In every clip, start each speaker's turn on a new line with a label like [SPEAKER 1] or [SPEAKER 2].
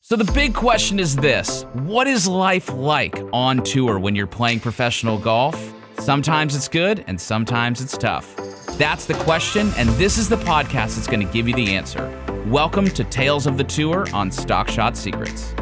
[SPEAKER 1] So the big question is this What is life like on tour when you're playing professional golf? Sometimes it's good and sometimes it's tough. That's the question, and this is the podcast that's going to give you the answer. Welcome to Tales of the Tour on Stockshot Secrets.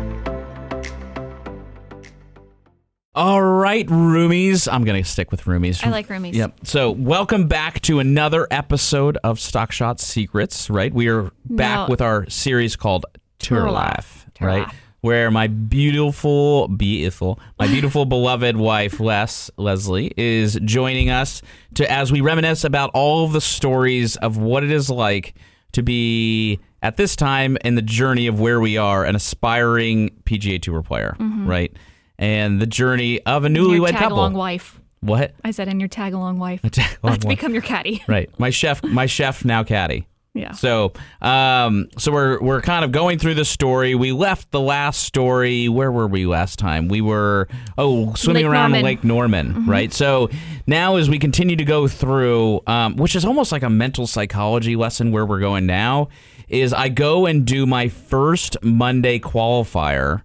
[SPEAKER 1] All right, roomies. I'm going to stick with roomies.
[SPEAKER 2] I like roomies.
[SPEAKER 1] Yep. So, welcome back to another episode of Stockshot Secrets, right? We are back
[SPEAKER 2] No.
[SPEAKER 1] with our series called Tour,
[SPEAKER 2] Tour
[SPEAKER 1] Life,
[SPEAKER 2] Life. Tour
[SPEAKER 1] right?
[SPEAKER 2] Life.
[SPEAKER 1] Where my beautiful, beautiful, my beautiful beloved wife, Les Leslie, is joining us to as we reminisce about all of the stories of what it is like to be at this time in the journey of where we are, an aspiring PGA Tour player, right? And the journey of a
[SPEAKER 2] Your
[SPEAKER 1] newlywed
[SPEAKER 2] tag along
[SPEAKER 1] couple.
[SPEAKER 2] wife.
[SPEAKER 1] What?
[SPEAKER 2] I said, and your tag along wife.
[SPEAKER 1] tag-along
[SPEAKER 2] Let's
[SPEAKER 1] wife.
[SPEAKER 2] become your caddy.
[SPEAKER 1] right my chef my chef now caddy
[SPEAKER 2] Yeah.
[SPEAKER 1] so um so we're we're kind of going through the story we left the last story where were we last time we were oh swimming
[SPEAKER 2] Lake
[SPEAKER 1] around
[SPEAKER 2] Norman. Mm-hmm.
[SPEAKER 1] lake norman right so now as we continue to go through um, which is almost like a mental psychology lesson where we're going now is i go and do my first monday qualifier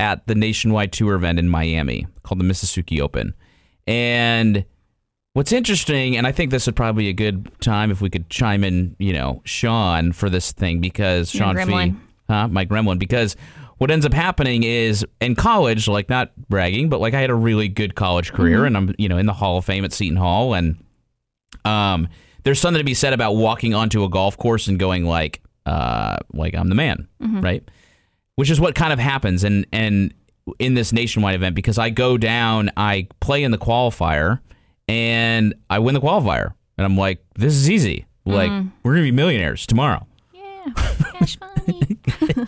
[SPEAKER 1] at the nationwide tour event in miami called the mississippi open and What's interesting, and I think this would probably be a good time if we could chime in, you know, Sean for this thing because
[SPEAKER 2] Your
[SPEAKER 1] Sean
[SPEAKER 2] gremlin.
[SPEAKER 1] Fee, huh, my gremlin, because what ends up happening is in college, like not bragging, but like I had a really good college career, and I'm, you know, in the Hall of Fame at Seton Hall, and um, there's something to be said about walking onto a golf course and going like, uh, like I'm the man, right? Which is what kind of happens, and and in this nationwide event because I go down, I play in the qualifier, and I win the qualifier, and I'm like, this is easy. Like we're gonna be millionaires tomorrow.
[SPEAKER 2] Yeah. Cash money.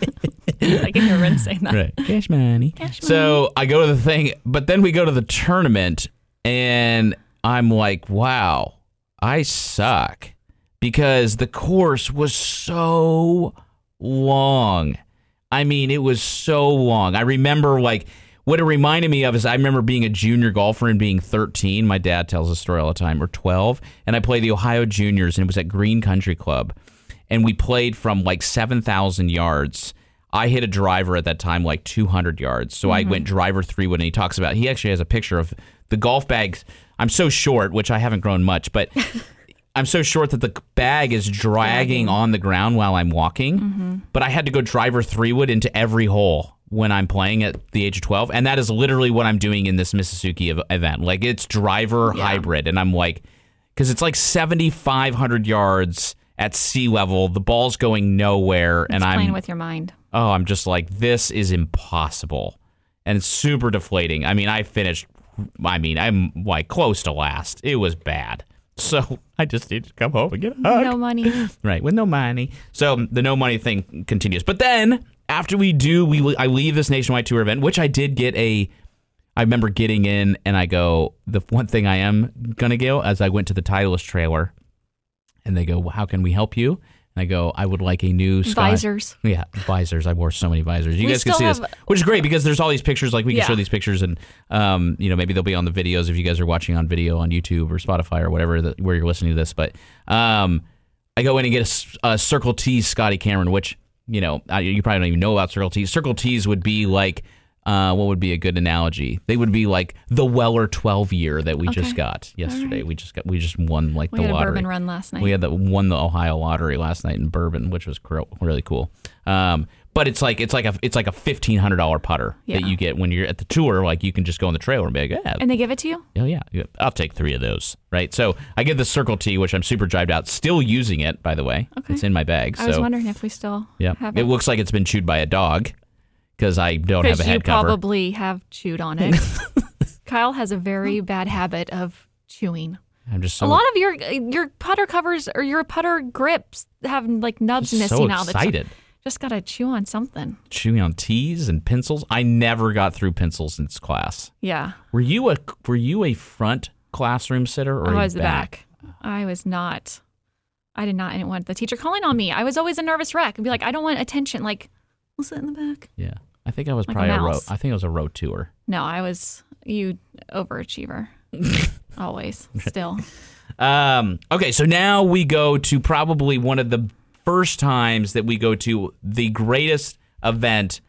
[SPEAKER 2] I can hear Ren saying that.
[SPEAKER 1] Right. Cash money. So I go to the thing, but then we go to the tournament, and I'm like, wow, I suck because the course was so long. I mean, it was so long. I remember, like, what it reminded me of is I remember being a junior golfer and being 13. My dad tells the story all the time, or 12. And I played the Ohio Juniors, and it was at Green Country Club. And we played from like 7,000 yards. I hit a driver at that time like 200 yards. So I went driver three wood, and he talks about, he actually has a picture of the golf bags. I'm so short, which I haven't grown much, but I'm so short that the bag is dragging on the ground while I'm walking.
[SPEAKER 2] Mm-hmm.
[SPEAKER 1] But I had to go driver three wood into every hole when I'm playing at the age of 12. And that is literally what I'm doing in this Mississippi ev- event. Like it's driver hybrid. And I'm like, because it's like 7,500 yards at sea level. The ball's going nowhere. and
[SPEAKER 2] It's
[SPEAKER 1] I'm
[SPEAKER 2] playing with your mind.
[SPEAKER 1] oh, I'm just like, this is impossible. And it's super deflating. I mean, I finished, I mean, I'm like close to last. It was bad. So I just need to come home and get a hug.
[SPEAKER 2] No money.
[SPEAKER 1] Right, with no money. So the no money thing continues. But then after we do, we I leave this nationwide tour event, which I did get a. I remember getting in, and I go. The one thing I am gonna go as I went to the Titleist trailer, and they go, well, "How can we help you?" And I go, "I would like a new sky-
[SPEAKER 2] Visors.
[SPEAKER 1] Yeah, visors. I wore so many visors. You
[SPEAKER 2] We
[SPEAKER 1] guys can
[SPEAKER 2] still
[SPEAKER 1] see this,
[SPEAKER 2] have-
[SPEAKER 1] which is great because there's all these pictures. Like we
[SPEAKER 2] Yeah.
[SPEAKER 1] can show these pictures, and um, you know, maybe they'll be on the videos if you guys are watching on video on YouTube or Spotify or whatever that, where you're listening to this. But um, I go in and get a s- a, Circle T Scotty Cameron, which you know I, you probably don't even know about Circle T's. Circle T's would be like. Uh, what would be a good analogy? They would be like the Weller 12 year that we just
[SPEAKER 2] Okay.
[SPEAKER 1] got yesterday. We just got we just won like
[SPEAKER 2] We
[SPEAKER 1] the
[SPEAKER 2] had a
[SPEAKER 1] lottery.
[SPEAKER 2] bourbon run last night.
[SPEAKER 1] We had the won the Ohio lottery last night in Bourbon, which was cr- really cool. Um, but it's like it's like a it's like a fifteen hundred dollar putter that
[SPEAKER 2] Yeah.
[SPEAKER 1] you get when you're at the tour. Like you can just go on the trailer and be like, yeah,
[SPEAKER 2] and they give it to you?
[SPEAKER 1] oh yeah, yeah, I'll take three of those. Right. So I get the Circle T, which I'm super jived out. Still using it, by the way.
[SPEAKER 2] Okay.
[SPEAKER 1] It's in my bag.
[SPEAKER 2] I was
[SPEAKER 1] so
[SPEAKER 2] wondering if we still
[SPEAKER 1] yeah,
[SPEAKER 2] have
[SPEAKER 1] it
[SPEAKER 2] it.
[SPEAKER 1] looks like it's been chewed by a dog because I don't have a
[SPEAKER 2] you
[SPEAKER 1] head cover.
[SPEAKER 2] probably have chewed on it. Kyle has a very bad habit of chewing.
[SPEAKER 1] I'm just so
[SPEAKER 2] a lot of your your putter covers or your putter grips have like nubs
[SPEAKER 1] just
[SPEAKER 2] missing
[SPEAKER 1] so
[SPEAKER 2] out. That's-
[SPEAKER 1] excited.
[SPEAKER 2] Just gotta chew on something.
[SPEAKER 1] Chewing on T's and pencils. I never got through pencils in this class.
[SPEAKER 2] Yeah.
[SPEAKER 1] Were you a were you a front classroom sitter or
[SPEAKER 2] I
[SPEAKER 1] a
[SPEAKER 2] was the back. I was not. I did not want the teacher calling on me. I was always a nervous wreck. I'd be like, I don't want attention. Like, we'll sit in the back.
[SPEAKER 1] Yeah, I think I was
[SPEAKER 2] Like a
[SPEAKER 1] probably a row.
[SPEAKER 2] mouse.
[SPEAKER 1] I think I was a row tour.
[SPEAKER 2] No, I was you overachiever. always. Still.
[SPEAKER 1] Um, okay, so now we go to probably one of the first times that we go to the greatest event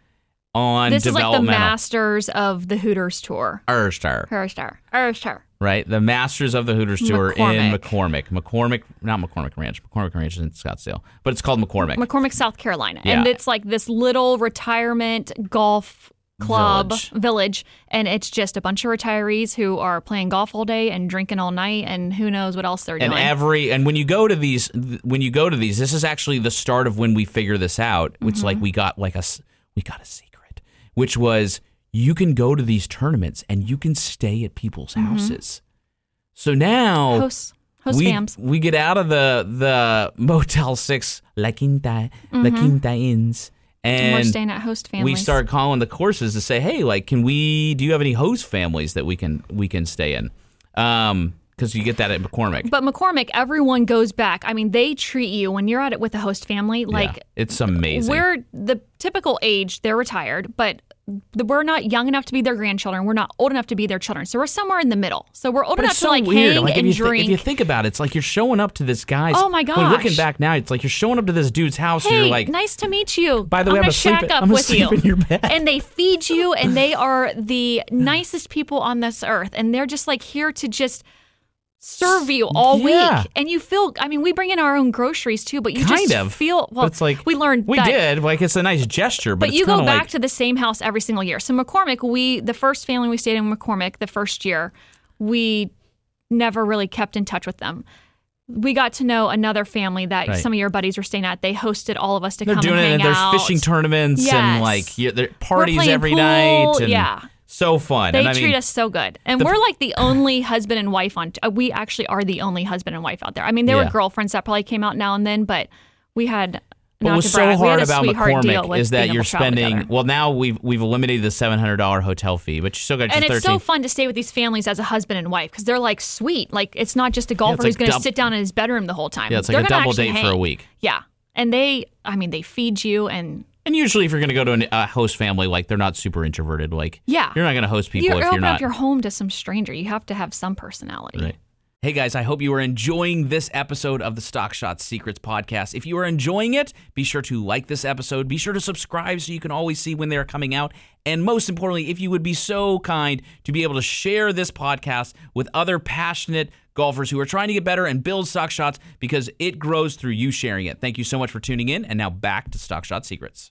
[SPEAKER 1] on
[SPEAKER 2] This is like the
[SPEAKER 1] developmental
[SPEAKER 2] masters of the Hooters tour.
[SPEAKER 1] Erstar,
[SPEAKER 2] Her star. Her star.
[SPEAKER 1] right? The Masters of the Hooters tour in McCormick. McCormick, not McCormick Ranch. McCormick Ranch is in Scottsdale, but it's called McCormick.
[SPEAKER 2] McCormick, South Carolina. And
[SPEAKER 1] Yeah.
[SPEAKER 2] it's like this little retirement golf club
[SPEAKER 1] Village.
[SPEAKER 2] village. And it's just a bunch of retirees who are playing golf all day and drinking all night and who knows what else they're
[SPEAKER 1] and
[SPEAKER 2] doing.
[SPEAKER 1] every and when you go to these th- when you go to these this is actually the start of when we figure this out it's
[SPEAKER 2] Mm-hmm.
[SPEAKER 1] like we got like a s- we got a secret which was you can go to these tournaments and you can stay at people's houses so now
[SPEAKER 2] hosts, Mm-hmm. host
[SPEAKER 1] Oh, we,
[SPEAKER 2] fams.
[SPEAKER 1] we get out of the the motel 6 la quinta la quinta inns
[SPEAKER 2] And we're
[SPEAKER 1] and
[SPEAKER 2] staying at host Mm-hmm. families.
[SPEAKER 1] we start calling the courses to say, "Hey, like, can we? Do you have any host families that we can we can stay in?" Um, because you get that at McCormick.
[SPEAKER 2] But McCormick, everyone goes back. I mean, they treat you when you're at it with a host family like
[SPEAKER 1] Yeah, it's amazing.
[SPEAKER 2] We're the typical age, they're retired, but the, we're not young enough to be their grandchildren. We're not old enough to be their children. So we're somewhere in the middle. So we're old
[SPEAKER 1] but
[SPEAKER 2] enough
[SPEAKER 1] it's so
[SPEAKER 2] to like
[SPEAKER 1] weird.
[SPEAKER 2] hang
[SPEAKER 1] like if
[SPEAKER 2] and
[SPEAKER 1] you, thi-
[SPEAKER 2] drink.
[SPEAKER 1] if you think about it, it's like you're showing up to this guy's.
[SPEAKER 2] Oh my
[SPEAKER 1] When looking
[SPEAKER 2] gosh.
[SPEAKER 1] back now, it's like you're showing up to this dude's house. and
[SPEAKER 2] hey,
[SPEAKER 1] You're like,
[SPEAKER 2] nice to meet you.
[SPEAKER 1] By the
[SPEAKER 2] I'm
[SPEAKER 1] way, I'm
[SPEAKER 2] gonna
[SPEAKER 1] asleep-
[SPEAKER 2] shack up
[SPEAKER 1] I'm
[SPEAKER 2] with
[SPEAKER 1] asleep
[SPEAKER 2] you.
[SPEAKER 1] in your bed.
[SPEAKER 2] And they feed you, and they are the nicest people on this earth, and they're just like here to just serve you all
[SPEAKER 1] Yeah.
[SPEAKER 2] week. And you feel, I mean, we bring in our own groceries too, but you
[SPEAKER 1] kind
[SPEAKER 2] just
[SPEAKER 1] of
[SPEAKER 2] feel. Well,
[SPEAKER 1] But it's like
[SPEAKER 2] we learned
[SPEAKER 1] we
[SPEAKER 2] that
[SPEAKER 1] did. Like it's a nice gesture, but,
[SPEAKER 2] But
[SPEAKER 1] it's
[SPEAKER 2] you go
[SPEAKER 1] kinda
[SPEAKER 2] back
[SPEAKER 1] like,
[SPEAKER 2] to the same house every single year. So McCormick, we the first family we stayed in McCormick the first year, we never really kept in touch with them. We got to know another family that
[SPEAKER 1] Right.
[SPEAKER 2] some of your buddies were staying at. They hosted all of us to
[SPEAKER 1] they're
[SPEAKER 2] come
[SPEAKER 1] doing
[SPEAKER 2] and
[SPEAKER 1] it.
[SPEAKER 2] hang
[SPEAKER 1] And there's
[SPEAKER 2] out.
[SPEAKER 1] fishing tournaments and
[SPEAKER 2] Yes.
[SPEAKER 1] like you, there parties
[SPEAKER 2] playing
[SPEAKER 1] every
[SPEAKER 2] pool,
[SPEAKER 1] night. And
[SPEAKER 2] yeah.
[SPEAKER 1] so fun.
[SPEAKER 2] They
[SPEAKER 1] and I
[SPEAKER 2] treat
[SPEAKER 1] mean,
[SPEAKER 2] us so good, and we're like the only husband and wife on. uh, We actually are the only husband and wife out there. I mean, there
[SPEAKER 1] Yeah.
[SPEAKER 2] were girlfriends that probably came out now and then, but we had.
[SPEAKER 1] But
[SPEAKER 2] not
[SPEAKER 1] what's
[SPEAKER 2] to
[SPEAKER 1] so
[SPEAKER 2] brag, we had
[SPEAKER 1] hard
[SPEAKER 2] a
[SPEAKER 1] about
[SPEAKER 2] sweetheart deal
[SPEAKER 1] McCormick
[SPEAKER 2] with
[SPEAKER 1] is that
[SPEAKER 2] being
[SPEAKER 1] you're
[SPEAKER 2] able to travel
[SPEAKER 1] spending.
[SPEAKER 2] together.
[SPEAKER 1] Well, now we've we've eliminated the seven hundred dollar hotel fee, but you still got your
[SPEAKER 2] and
[SPEAKER 1] thirteen.
[SPEAKER 2] it's so fun to stay with these families as a husband and wife because they're like sweet. Like it's not just a golfer
[SPEAKER 1] like
[SPEAKER 2] who's going to
[SPEAKER 1] dub-
[SPEAKER 2] sit down in his bedroom the whole time.
[SPEAKER 1] yeah, it's
[SPEAKER 2] They're
[SPEAKER 1] like a
[SPEAKER 2] gonna
[SPEAKER 1] double
[SPEAKER 2] actually
[SPEAKER 1] date for a
[SPEAKER 2] hang.
[SPEAKER 1] week.
[SPEAKER 2] Yeah, and they, I mean, they feed you and
[SPEAKER 1] And usually, if you're going to go to an, a host family, like they're not super introverted. Like
[SPEAKER 2] Yeah.
[SPEAKER 1] you're not going to host people
[SPEAKER 2] you
[SPEAKER 1] if
[SPEAKER 2] open
[SPEAKER 1] you're not.
[SPEAKER 2] up your home to some stranger. You have to have some personality.
[SPEAKER 1] Right. Hey guys, I hope you are enjoying this episode of the Stock Shot Secrets podcast. If you are enjoying it, be sure to like this episode. Be sure to subscribe so you can always see when they are coming out. And most importantly, if you would be so kind to be able to share this podcast with other passionate golfers who are trying to get better and build stock shots because it grows through you sharing it. Thank you so much for tuning in. And now back to Stock Shot Secrets.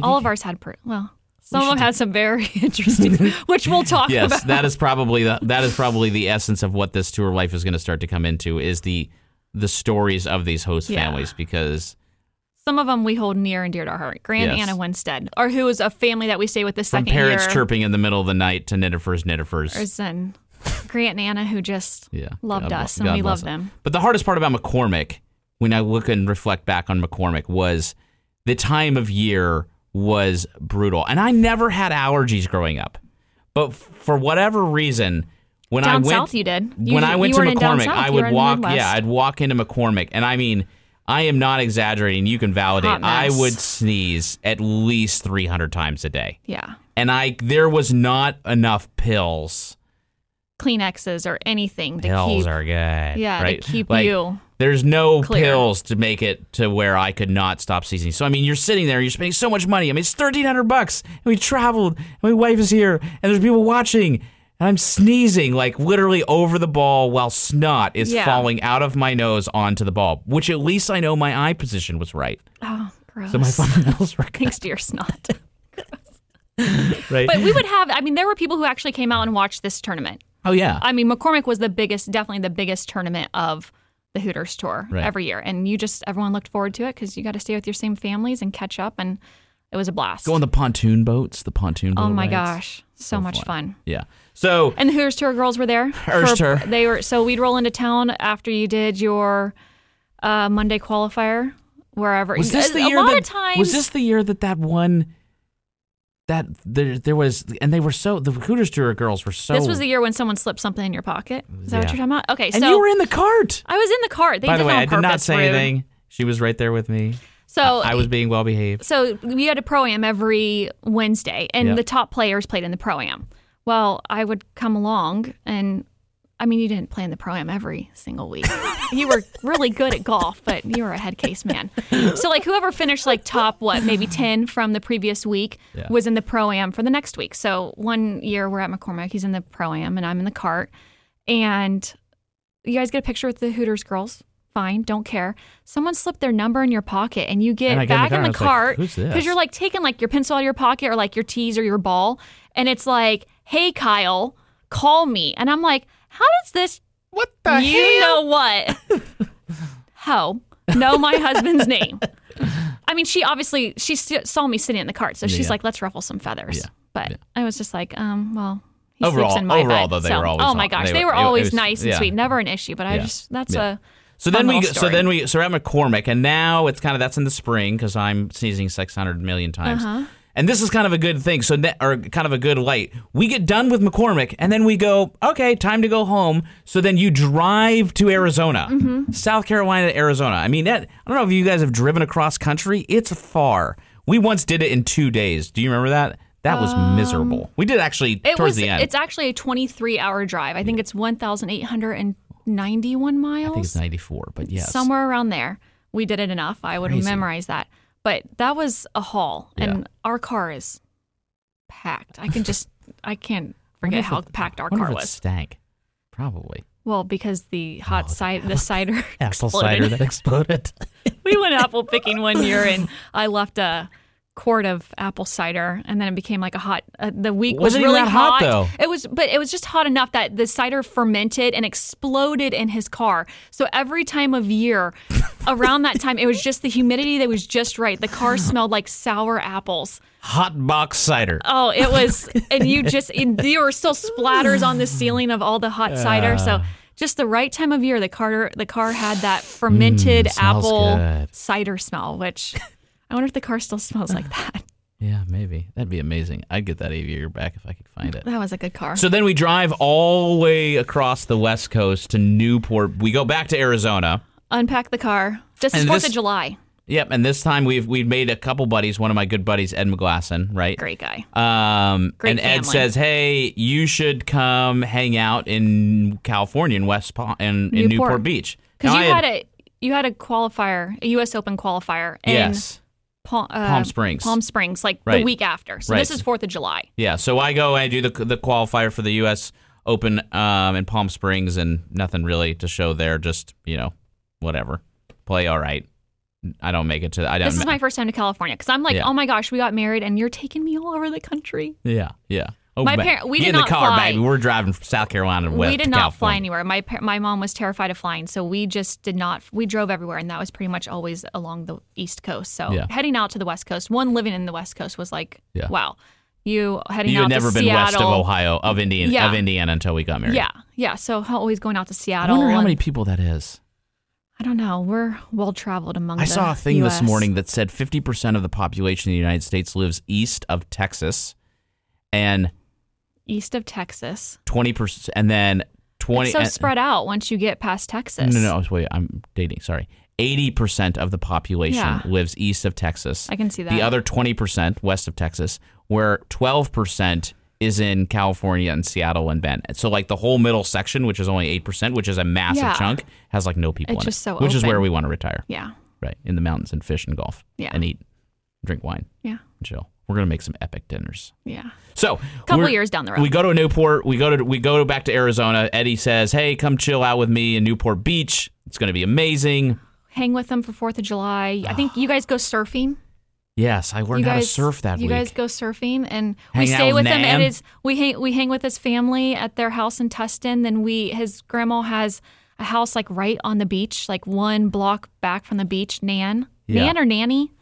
[SPEAKER 2] All of ours had, per- well, some of them had some very interesting, which we'll talk
[SPEAKER 1] yes,
[SPEAKER 2] about.
[SPEAKER 1] that is probably the, that is probably the essence of what this tour life is going to start to come into is the the stories of these host
[SPEAKER 2] Yeah.
[SPEAKER 1] families because
[SPEAKER 2] Some of them we hold near and dear to our heart. Grand
[SPEAKER 1] Yes.
[SPEAKER 2] Anna Winstead, or who is a family that we stay with the
[SPEAKER 1] from
[SPEAKER 2] second
[SPEAKER 1] parrots
[SPEAKER 2] year.
[SPEAKER 1] chirping in the middle of the night to knitters knitters.
[SPEAKER 2] And Grant and Anna, who just
[SPEAKER 1] Yeah,
[SPEAKER 2] loved
[SPEAKER 1] God bl-
[SPEAKER 2] us, and
[SPEAKER 1] God
[SPEAKER 2] we
[SPEAKER 1] bless
[SPEAKER 2] loved them.
[SPEAKER 1] But the hardest part about McCormick, when I look and reflect back on McCormick, was the time of year was brutal, and I never had allergies growing up, but f- for whatever reason, when I
[SPEAKER 2] Down
[SPEAKER 1] went
[SPEAKER 2] south, you did. You-
[SPEAKER 1] when I went
[SPEAKER 2] you
[SPEAKER 1] to
[SPEAKER 2] weren't in down
[SPEAKER 1] McCormick,
[SPEAKER 2] south,
[SPEAKER 1] I
[SPEAKER 2] you were
[SPEAKER 1] would
[SPEAKER 2] in the
[SPEAKER 1] walk. Yeah,
[SPEAKER 2] Midwest.
[SPEAKER 1] I'd walk into McCormick, and I mean, I am not exaggerating. You can validate.
[SPEAKER 2] Hot
[SPEAKER 1] I
[SPEAKER 2] mess.
[SPEAKER 1] would sneeze at least three hundred times a day,
[SPEAKER 2] yeah.
[SPEAKER 1] and I there was not enough pills.
[SPEAKER 2] Kleenexes or anything to
[SPEAKER 1] Pills
[SPEAKER 2] keep.
[SPEAKER 1] are good.
[SPEAKER 2] yeah, to
[SPEAKER 1] right?
[SPEAKER 2] keep
[SPEAKER 1] Like,
[SPEAKER 2] you
[SPEAKER 1] There's no
[SPEAKER 2] clear.
[SPEAKER 1] pills to make it to where I could not stop sneezing. So I mean, you're sitting there, you're spending so much money. I mean, it's thirteen hundred bucks, and we traveled, and my wife is here, and there's people watching, and I'm sneezing like literally over the ball while snot is
[SPEAKER 2] Yeah.
[SPEAKER 1] falling out of my nose onto the ball. Which at least I know my eye position was right,
[SPEAKER 2] oh, gross.
[SPEAKER 1] so my fundamentals were
[SPEAKER 2] Thanks to your snot.
[SPEAKER 1] right.
[SPEAKER 2] but we would have. I mean, there were people who actually came out and watched this tournament.
[SPEAKER 1] oh yeah,
[SPEAKER 2] I mean, McCormick was the biggest, definitely the biggest tournament of the Hooters tour
[SPEAKER 1] Right.
[SPEAKER 2] every year, and you just everyone looked forward to it because you got to stay with your same families and catch up, and it was a blast.
[SPEAKER 1] go on the pontoon boats, the pontoon.
[SPEAKER 2] oh
[SPEAKER 1] boat
[SPEAKER 2] my
[SPEAKER 1] rides.
[SPEAKER 2] gosh, so, much fun.
[SPEAKER 1] Yeah. So
[SPEAKER 2] And the Hooters tour girls were there. for-
[SPEAKER 1] Hooters tour.
[SPEAKER 2] They were so we'd roll into town after you did your uh, Monday qualifier wherever.
[SPEAKER 1] Was this
[SPEAKER 2] a,
[SPEAKER 1] the
[SPEAKER 2] a
[SPEAKER 1] year
[SPEAKER 2] lot
[SPEAKER 1] that
[SPEAKER 2] of times?
[SPEAKER 1] was this the year that that one that there there was and they were so the Hooters tour girls were so
[SPEAKER 2] This was the year when someone slipped something in your pocket. Is that
[SPEAKER 1] Yeah.
[SPEAKER 2] what you're talking about? Okay,
[SPEAKER 1] and
[SPEAKER 2] so
[SPEAKER 1] you were in the cart.
[SPEAKER 2] I was in the cart. They
[SPEAKER 1] By
[SPEAKER 2] did
[SPEAKER 1] the way,
[SPEAKER 2] it on
[SPEAKER 1] I did not
[SPEAKER 2] purpose,
[SPEAKER 1] say
[SPEAKER 2] rude.
[SPEAKER 1] anything. She was right there with me.
[SPEAKER 2] So
[SPEAKER 1] I was being well behaved.
[SPEAKER 2] so we had a pro am every Wednesday, and
[SPEAKER 1] Yeah.
[SPEAKER 2] the top players played in the pro am. Well, I would come along, and I mean, you didn't play in the pro am every single week. you were really good at golf, but you were a head case man. So like whoever finished like top what maybe ten from the previous week
[SPEAKER 1] Yeah.
[SPEAKER 2] was in the pro am for the next week. So one year we're at McCormick, he's in the pro am, and I'm in the cart, and you guys get a picture with the Hooters girls. Fine, don't care. Someone slipped their number in your pocket, and you get
[SPEAKER 1] And I get in the
[SPEAKER 2] back in
[SPEAKER 1] car, and
[SPEAKER 2] the,
[SPEAKER 1] I was like,
[SPEAKER 2] cart
[SPEAKER 1] "Who's this?"
[SPEAKER 2] you're like taking like your pencil out of your pocket or like your tees or your ball, and it's like, "Hey, Kyle, call me," and I'm like, "How does this
[SPEAKER 1] What the
[SPEAKER 2] you know what? How? Know my husband's name. I mean, she obviously she s- saw me sitting in the cart, so she's
[SPEAKER 1] Yeah.
[SPEAKER 2] like, "Let's ruffle some feathers."
[SPEAKER 1] Yeah.
[SPEAKER 2] But I was just like, um, well, he
[SPEAKER 1] Overall-
[SPEAKER 2] sleeps in my
[SPEAKER 1] overall,
[SPEAKER 2] bed,
[SPEAKER 1] though, they
[SPEAKER 2] so-
[SPEAKER 1] were always
[SPEAKER 2] oh my
[SPEAKER 1] hot.
[SPEAKER 2] gosh,
[SPEAKER 1] They
[SPEAKER 2] they,
[SPEAKER 1] were-
[SPEAKER 2] were
[SPEAKER 1] it- it
[SPEAKER 2] always
[SPEAKER 1] was-
[SPEAKER 2] nice and
[SPEAKER 1] yeah.
[SPEAKER 2] sweet, never an issue. But I
[SPEAKER 1] Yeah.
[SPEAKER 2] just that's
[SPEAKER 1] Yeah.
[SPEAKER 2] a
[SPEAKER 1] So
[SPEAKER 2] fun
[SPEAKER 1] then we
[SPEAKER 2] little
[SPEAKER 1] go, so
[SPEAKER 2] story.
[SPEAKER 1] then we so we're at McCormick and now it's kind of that's in the spring because I'm sneezing six hundred million times.
[SPEAKER 2] Uh-huh.
[SPEAKER 1] And this is kind of a good thing, so ne- or kind of a good light. We get done with McCormick, and then we go, okay, time to go home. So then you drive to Arizona,
[SPEAKER 2] Mm-hmm.
[SPEAKER 1] South Carolina to Arizona. I mean, that I don't know if you guys have driven across country. It's far. We once did it in two days. Do you remember that? That was miserable. We did actually
[SPEAKER 2] Um, it
[SPEAKER 1] towards
[SPEAKER 2] was
[SPEAKER 1] the end.
[SPEAKER 2] it's actually a 23 hour drive. I think it's 1,891 miles.
[SPEAKER 1] I think it's ninety four, but yes,
[SPEAKER 2] somewhere around there. We did it enough. I would
[SPEAKER 1] Crazy.
[SPEAKER 2] memorize that. But that was a haul, and
[SPEAKER 1] Yeah.
[SPEAKER 2] our car is packed. I can just, I can't
[SPEAKER 1] Wonder
[SPEAKER 2] forget
[SPEAKER 1] if
[SPEAKER 2] how
[SPEAKER 1] it-
[SPEAKER 2] packed our
[SPEAKER 1] wonder
[SPEAKER 2] car
[SPEAKER 1] if it
[SPEAKER 2] was.
[SPEAKER 1] Stank, probably.
[SPEAKER 2] Well, because the
[SPEAKER 1] Oh,
[SPEAKER 2] hot cider, the cider
[SPEAKER 1] apple cider
[SPEAKER 2] exploded.
[SPEAKER 1] that exploded.
[SPEAKER 2] we went apple picking one year, and I left a quart of apple cider, and then it became like a hot. Uh, the week
[SPEAKER 1] Wasn't
[SPEAKER 2] was
[SPEAKER 1] even
[SPEAKER 2] really
[SPEAKER 1] that hot, though.
[SPEAKER 2] It was, but it was just hot enough that the cider fermented and exploded in his car. So every time of year, around that time, it was just the humidity that was just right. The car smelled like sour apples.
[SPEAKER 1] Hot box cider.
[SPEAKER 2] Oh, it was, and you just and there were still splatters on the ceiling of all the hot cider. So just the right time of year, the car the car had that fermented
[SPEAKER 1] Mm, smells
[SPEAKER 2] apple
[SPEAKER 1] good.
[SPEAKER 2] cider smell, which I wonder if the car still smells like that.
[SPEAKER 1] Yeah, maybe. That'd be amazing. I'd get that aviator back if I could find it.
[SPEAKER 2] That was a good car.
[SPEAKER 1] So then we drive all the way across the West Coast to Newport. We go back to Arizona.
[SPEAKER 2] Unpack the car. This is
[SPEAKER 1] And
[SPEAKER 2] Fourth
[SPEAKER 1] this-
[SPEAKER 2] of July.
[SPEAKER 1] Yep, and this time we've we've made a couple buddies. One of my good buddies, Ed McGlasson, right?
[SPEAKER 2] Great guy.
[SPEAKER 1] Um,
[SPEAKER 2] Great
[SPEAKER 1] and Ed
[SPEAKER 2] family.
[SPEAKER 1] says, "Hey, you should come hang out in California, in West Palm, in, in Newport.
[SPEAKER 2] Newport.
[SPEAKER 1] Beach."
[SPEAKER 2] Because
[SPEAKER 1] Now, I
[SPEAKER 2] you had a you had a qualifier, a U.S. Open qualifier in
[SPEAKER 1] yes,
[SPEAKER 2] Palm, uh,
[SPEAKER 1] Palm Springs.
[SPEAKER 2] Palm Springs, like
[SPEAKER 1] Right.
[SPEAKER 2] the week after. So
[SPEAKER 1] Right.
[SPEAKER 2] this is Fourth of July.
[SPEAKER 1] Yeah, so I go and I do the the qualifier for the U.S. Open um, in Palm Springs, and nothing really to show there. Just you know, whatever. Play all right. I don't make it to. I don't.
[SPEAKER 2] This is my first time to California because I'm like,
[SPEAKER 1] Yeah.
[SPEAKER 2] oh my gosh, we got married and you're taking me all over the country.
[SPEAKER 1] yeah, yeah. Oh,
[SPEAKER 2] My
[SPEAKER 1] ba-
[SPEAKER 2] parent- we
[SPEAKER 1] get
[SPEAKER 2] did
[SPEAKER 1] in the
[SPEAKER 2] not
[SPEAKER 1] car,
[SPEAKER 2] fly.
[SPEAKER 1] baby. We're driving from South Carolina to West
[SPEAKER 2] we did
[SPEAKER 1] to
[SPEAKER 2] not fly
[SPEAKER 1] California.
[SPEAKER 2] anywhere. My par- my mom was terrified of flying, so we just did not. We drove everywhere, and that was pretty much always along the East Coast. So
[SPEAKER 1] Yeah.
[SPEAKER 2] heading out to the West Coast, one living in the West Coast was like,
[SPEAKER 1] Yeah.
[SPEAKER 2] wow, you heading
[SPEAKER 1] You had
[SPEAKER 2] out
[SPEAKER 1] never
[SPEAKER 2] to
[SPEAKER 1] been
[SPEAKER 2] Seattle.
[SPEAKER 1] west of Ohio of Indiana
[SPEAKER 2] Yeah.
[SPEAKER 1] of Indiana until we got married.
[SPEAKER 2] Yeah, yeah. So how- always going out
[SPEAKER 1] I
[SPEAKER 2] to Seattle.
[SPEAKER 1] wonder how
[SPEAKER 2] and-
[SPEAKER 1] many people that is.
[SPEAKER 2] I don't know. We're well traveled among.
[SPEAKER 1] I
[SPEAKER 2] the
[SPEAKER 1] saw a thing this
[SPEAKER 2] US.
[SPEAKER 1] morning that said 50% of the population of the United States lives east of Texas, and
[SPEAKER 2] east of Texas.
[SPEAKER 1] 20%, and then 20.
[SPEAKER 2] It's so
[SPEAKER 1] and-
[SPEAKER 2] spread out once you get past Texas.
[SPEAKER 1] No, no, no. Wait, I'm dating. Sorry. 80% of the population
[SPEAKER 2] Yeah.
[SPEAKER 1] lives east of Texas.
[SPEAKER 2] I can see that.
[SPEAKER 1] The other 20% west of Texas, where 12% is in California and Seattle and Bend. So, like, the whole middle section, which is only 8%, which is a massive
[SPEAKER 2] Yeah.
[SPEAKER 1] chunk, has like no people
[SPEAKER 2] It's
[SPEAKER 1] in
[SPEAKER 2] just
[SPEAKER 1] it.
[SPEAKER 2] so
[SPEAKER 1] which is where
[SPEAKER 2] open.
[SPEAKER 1] we want to retire,
[SPEAKER 2] Yeah,
[SPEAKER 1] right? In the mountains and fish and golf
[SPEAKER 2] Yeah.
[SPEAKER 1] and eat, drink wine,
[SPEAKER 2] yeah,
[SPEAKER 1] and chill. We're going to make some epic dinners.
[SPEAKER 2] yeah.
[SPEAKER 1] So,
[SPEAKER 2] Couple
[SPEAKER 1] we're-
[SPEAKER 2] years down the road.
[SPEAKER 1] we go to Newport. We go to we go back to Arizona. Eddie says, "Hey, come chill out with me in Newport Beach. It's going to be amazing."
[SPEAKER 2] Hang with them for Fourth of July. I think you guys go surfing.
[SPEAKER 1] Yes, I learned
[SPEAKER 2] you
[SPEAKER 1] how
[SPEAKER 2] guys
[SPEAKER 1] to surf that
[SPEAKER 2] you
[SPEAKER 1] week.
[SPEAKER 2] guys go surfing and we
[SPEAKER 1] Hang out
[SPEAKER 2] stay
[SPEAKER 1] with
[SPEAKER 2] with him
[SPEAKER 1] Nam.
[SPEAKER 2] at his we hang we hang with his family at their house in Tustin. Then we his grandma has a house like right on the beach, like one block back from the beach. Nan,
[SPEAKER 1] Yeah.
[SPEAKER 2] Nan or Nanny.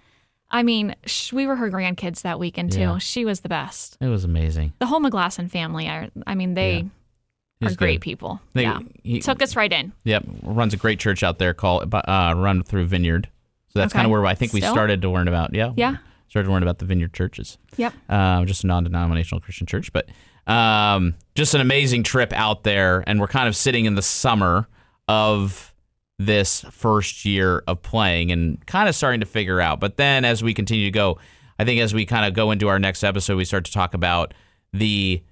[SPEAKER 2] I mean, sh- we were her grandkids that weekend too.
[SPEAKER 1] Yeah.
[SPEAKER 2] She was the best.
[SPEAKER 1] it was amazing.
[SPEAKER 2] The whole McGlasson family are. I mean, they
[SPEAKER 1] He was
[SPEAKER 2] are great
[SPEAKER 1] good.
[SPEAKER 2] people.
[SPEAKER 1] They-
[SPEAKER 2] yeah,
[SPEAKER 1] he-
[SPEAKER 2] took us right in.
[SPEAKER 1] Yep, runs a great church out there called uh, Run Through Vineyard. So that's
[SPEAKER 2] Okay.
[SPEAKER 1] kind of where I think we
[SPEAKER 2] Still?
[SPEAKER 1] started to learn about. Yeah,
[SPEAKER 2] Yeah.
[SPEAKER 1] started to learn about the Vineyard churches.
[SPEAKER 2] Yep.
[SPEAKER 1] um, just a non-denominational Christian church, but um, just an amazing trip out there. And we're kind of sitting in the summer of this first year of playing and kind of starting to figure out. But then as we continue to go, I think as we kind of go into our next episode, we start to talk about the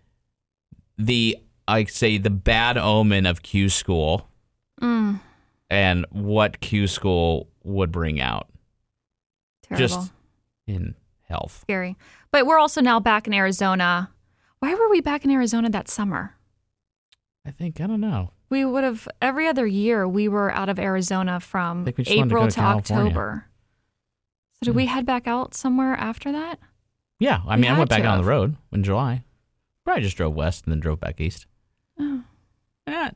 [SPEAKER 2] Mm.
[SPEAKER 1] the I say the bad omen of Q school and what Q school would bring out
[SPEAKER 2] Terrible.
[SPEAKER 1] just in health.
[SPEAKER 2] scary. But we're also now back in Arizona. Why were we back in Arizona that summer?
[SPEAKER 1] I think I don't know.
[SPEAKER 2] We would have every other year we were out of Arizona from
[SPEAKER 1] think we just wanted to
[SPEAKER 2] April
[SPEAKER 1] go
[SPEAKER 2] to,
[SPEAKER 1] to California. Hmm.
[SPEAKER 2] October. So did we head back out somewhere after that?
[SPEAKER 1] Yeah, I mean, I
[SPEAKER 2] had
[SPEAKER 1] went back
[SPEAKER 2] to
[SPEAKER 1] on
[SPEAKER 2] have.
[SPEAKER 1] the road in July. Probably just drove west and then drove back east.
[SPEAKER 2] Oh,
[SPEAKER 1] Yeah.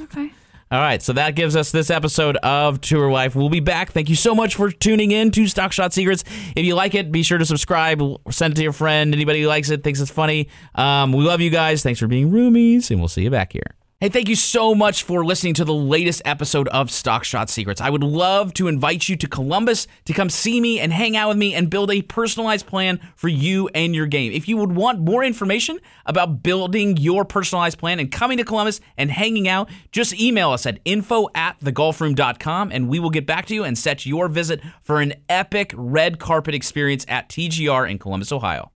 [SPEAKER 2] okay.
[SPEAKER 1] All right, so that gives us this episode of Tour Life. We'll be back. Thank you so much for tuning in to Stock Shot Secrets. If you like it, be sure to subscribe, send it to your friend, anybody who likes it, thinks it's funny. Um, we love you guys. Thanks for being roomies, and we'll see you back here. Hey, thank you so much for listening to the latest episode of Stock Shot Secrets. I would love to invite you to Columbus to come see me and hang out with me and build a personalized plan for you and your game. If you would want more information about building your personalized plan and coming to Columbus and hanging out, just email us at info at thegolfroom.com and we will get back to you and set your visit for an epic red carpet experience at TGR in Columbus, Ohio.